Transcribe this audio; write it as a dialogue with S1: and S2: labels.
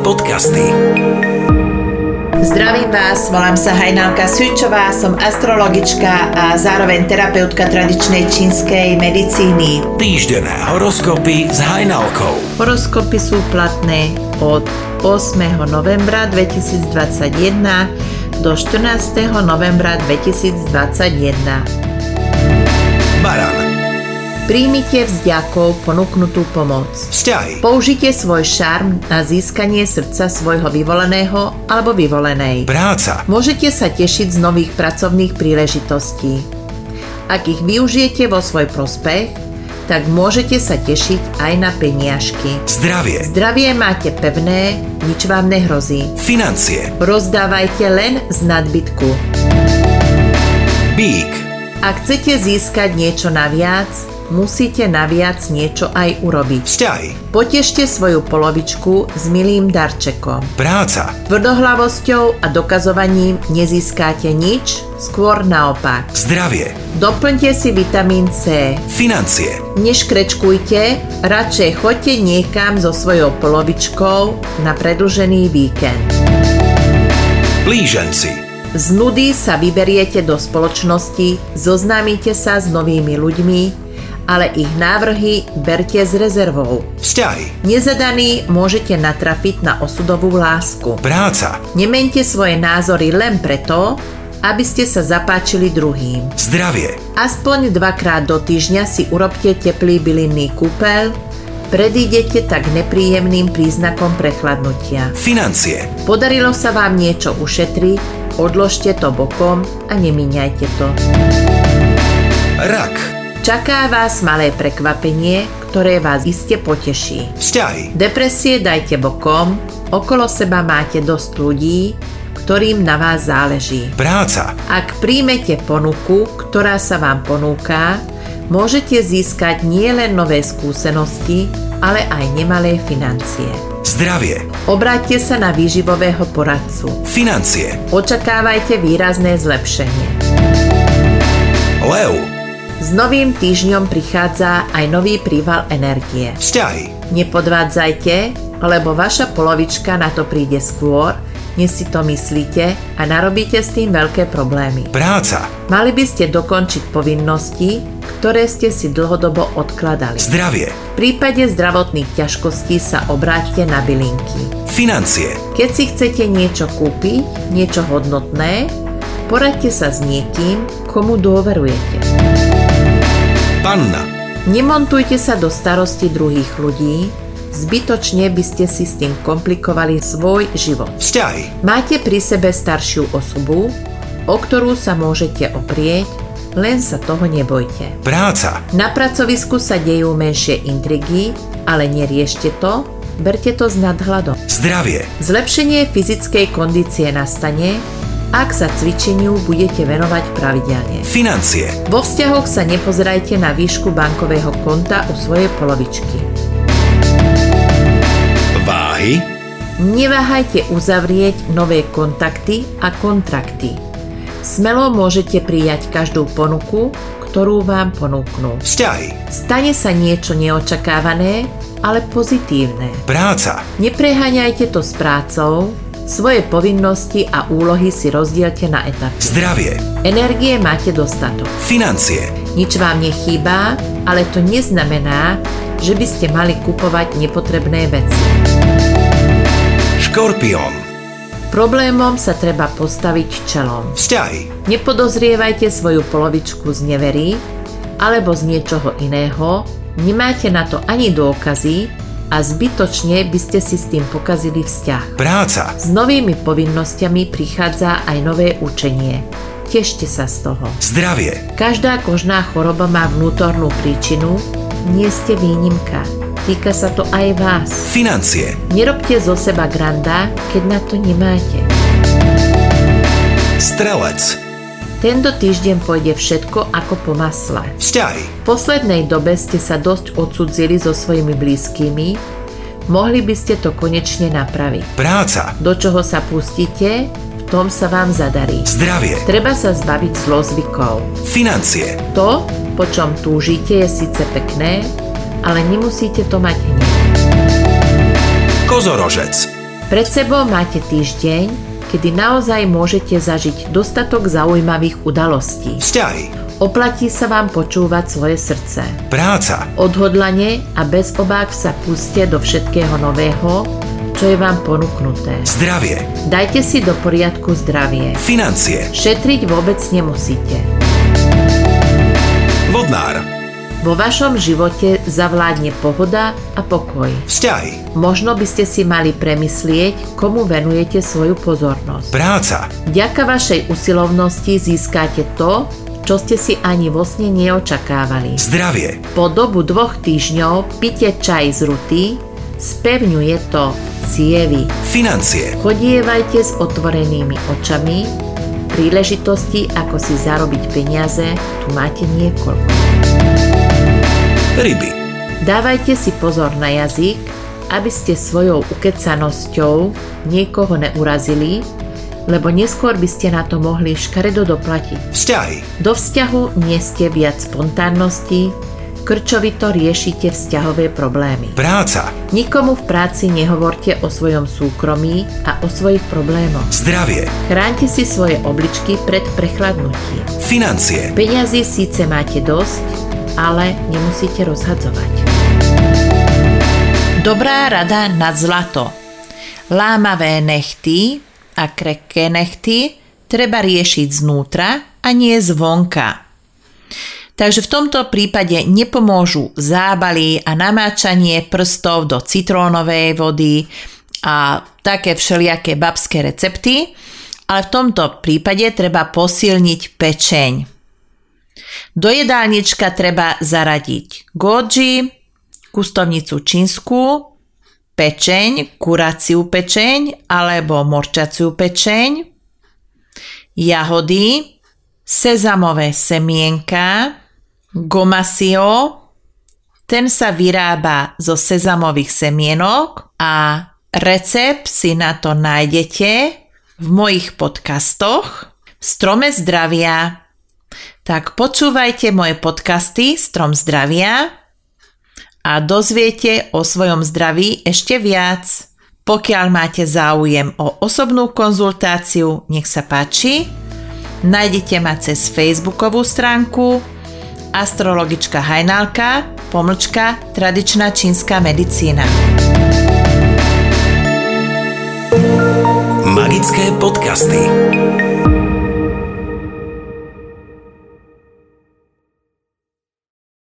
S1: podcasty.
S2: Zdravím vás, volám sa Hajnalka Sučová, som astrologička a zároveň terapeutka tradičnej čínskej medicíny.
S1: Týždené horoskopy s Hajnalkou.
S2: Horoskopy sú platné od 8. novembra 2021 do 14. novembra 2021.
S1: Baran.
S2: Príjmite vzďakov ponúknutú pomoc.
S1: Vzťahy.
S2: Použite svoj šarm na získanie srdca svojho vyvoleného alebo vyvolenej.
S1: Práca.
S2: Môžete sa tešiť z nových pracovných príležitostí. Ak ich využijete vo svoj prospech, tak môžete sa tešiť aj na peniažky.
S1: Zdravie.
S2: Zdravie máte pevné, nič vám nehrozí.
S1: Financie.
S2: Rozdávajte len z nadbytku.
S1: Bík.
S2: Ak chcete získať niečo naviac, musíte naviac niečo aj urobiť.
S1: Vzťahy.
S2: Potešte svoju polovičku s milým darčekom.
S1: Práca.
S2: Tvrdohlavosťou a dokazovaním nezískáte nič, skôr naopak.
S1: Zdravie.
S2: Doplňte si vitamín C.
S1: Financie.
S2: Neškrečkujte, radšej choďte niekam so svojou polovičkou na predlžený víkend.
S1: Blíženci.
S2: Z nudy sa vyberiete do spoločnosti, zoznámite sa s novými ľuďmi, ale ich návrhy berte s rezervou.
S1: Vzťahy.
S2: Nezadaný môžete natrafiť na osudovú lásku.
S1: Práca.
S2: Nemente svoje názory len preto, aby ste sa zapáčili druhým.
S1: Zdravie.
S2: Aspoň dvakrát do týždňa si urobte teplý bylinný kúpel, predídete tak nepríjemným príznakom prechladnutia.
S1: Financie.
S2: Podarilo sa vám niečo ušetriť, odložte to bokom a nemíňajte to.
S1: Rak.
S2: Čaká vás malé prekvapenie, ktoré vás iste poteší.
S1: Vzťahy.
S2: Depresie dajte bokom, okolo seba máte dosť ľudí, ktorým na vás záleží.
S1: Práca.
S2: Ak príjmete ponuku, ktorá sa vám ponúka, môžete získať nielen nové skúsenosti, ale aj nemalé financie.
S1: Zdravie.
S2: Obráťte sa na výživového poradcu.
S1: Financie.
S2: Očakávajte výrazné zlepšenie.
S1: Leu.
S2: S novým týždňom prichádza aj nový príval energie.
S1: Vzťahy.
S2: Nepodvádzajte, lebo vaša polovička na to príde skôr, než si to myslíte a narobíte s tým veľké problémy.
S1: Práca.
S2: Mali by ste dokončiť povinnosti, ktoré ste si dlhodobo odkladali.
S1: Zdravie.
S2: V prípade zdravotných ťažkostí sa obráťte na bylinky.
S1: Financie.
S2: Keď si chcete niečo kúpiť, niečo hodnotné, poradte sa s niekým, komu dôverujete.
S1: Panna.
S2: Nemontujte sa do starosti druhých ľudí, zbytočne by ste si s tým komplikovali svoj život.
S1: Vzťahy.
S2: Máte pri sebe staršiu osobu, o ktorú sa môžete oprieť, len sa toho nebojte.
S1: Práca.
S2: Na pracovisku sa dejú menšie intrigy, ale neriešte to, berte to s nadhľadom.
S1: Zdravie.
S2: Zlepšenie fyzickej kondície nastane, ak sa cvičeniu budete venovať pravidelne.
S1: Financie.
S2: Vo vzťahoch sa nepozerajte na výšku bankového konta u svojej polovičky.
S1: Váhy.
S2: Neváhajte uzavrieť nové kontakty a kontrakty. Smelo môžete prijať každú ponuku, ktorú vám ponúknú.
S1: Vzťahy.
S2: Stane sa niečo neočakávané, ale pozitívne.
S1: Práca.
S2: Nepreháňajte to s prácou, svoje povinnosti a úlohy si rozdielte na etapy.
S1: Zdravie.
S2: Energie máte dostatok.
S1: Financie.
S2: Nič vám nechýba, ale to neznamená, že by ste mali kupovať nepotrebné veci.
S1: Škorpión.
S2: Problémom sa treba postaviť čelom.
S1: Vzťahy.
S2: Nepodozrievajte svoju polovičku z nevery alebo z niečoho iného, nemáte na to ani dôkazy a zbytočne by ste si s tým pokazili vzťah.
S1: Práca.
S2: S novými povinnosťami prichádza aj nové učenie. Tešte sa z toho.
S1: Zdravie.
S2: Každá kožná choroba má vnútornú príčinu, nie ste výnimka. Týka sa to aj vás.
S1: Financie.
S2: Nerobte zo seba granda, keď na to nemáte.
S1: Strelec.
S2: Tento týždeň pôjde všetko ako po masle.
S1: Vzťahy.
S2: V poslednej dobe ste sa dosť odsudzili so svojimi blízkymi, mohli by ste to konečne napraviť.
S1: Práca.
S2: Do čoho sa pustíte, v tom sa vám zadarí.
S1: Zdravie.
S2: Treba sa zbaviť zlozvykov.
S1: Financie.
S2: To, po čom túžite, je síce pekné, ale nemusíte to mať hneď.
S1: Kozorožec.
S2: Pred sebou máte týždeň, kedy naozaj môžete zažiť dostatok zaujímavých udalostí.
S1: Vzťahy.
S2: Oplatí sa vám počúvať svoje srdce.
S1: Práca.
S2: Odhodlane a bez obáv sa puste do všetkého nového, čo je vám ponúknuté.
S1: Zdravie.
S2: Dajte si do poriadku zdravie.
S1: Financie.
S2: Šetriť vôbec nemusíte.
S1: Vodnár.
S2: Vo vašom živote zavládne pohoda a pokoj.
S1: Vzťahy.
S2: Možno by ste si mali premyslieť, komu venujete svoju pozornosť.
S1: Práca.
S2: Vďaka vašej usilovnosti získate to, čo ste si ani vo sne neočakávali.
S1: Zdravie.
S2: Po dobu dvoch týždňov pite čaj z ruty, spevňuje to cievy.
S1: Financie.
S2: Chodievajte s otvorenými očami, príležitosti, ako si zarobiť peniaze, tu máte niekoľko.
S1: Ryby.
S2: Dávajte si pozor na jazyk, aby ste svojou ukecanosťou niekoho neurazili, lebo neskôr by ste na to mohli škaredo doplatiť.
S1: Vzťahy.
S2: Do vzťahu nie ste viac spontánnosti, krčovito riešite vzťahové problémy.
S1: Práca.
S2: Nikomu v práci nehovorte o svojom súkromí a o svojich problémoch.
S1: Zdravie.
S2: Chránte si svoje obličky pred prechladnutím.
S1: Financie.
S2: Peňazí síce máte dosť, ale nemusíte rozhadzovať. Dobrá rada na zlato. Lámavé nechty a krehké nechty treba riešiť znútra a nie zvonka. Takže v tomto prípade nepomôžu zábaly a namáčanie prstov do citrónovej vody a také všelijaké babské recepty, ale v tomto prípade treba posilniť pečeň. Do jedálnička treba zaradiť goji, kustovnicu čínsku, pečeň, kuraciu pečeň alebo morčaciu pečeň, jahody, sezamové semienka, gomasio, ten sa vyrába zo sezamových semienok a recept si na to nájdete v mojich podcastoch v Strome zdravia. Tak počúvajte moje podcasty Strom zdravia a dozviete o svojom zdraví ešte viac. Pokiaľ máte záujem o osobnú konzultáciu, nech sa páči. Nájdete ma cez facebookovú stránku astrologička Hajnalka, pomlčka tradičná čínska medicína.
S1: Magické podcasty.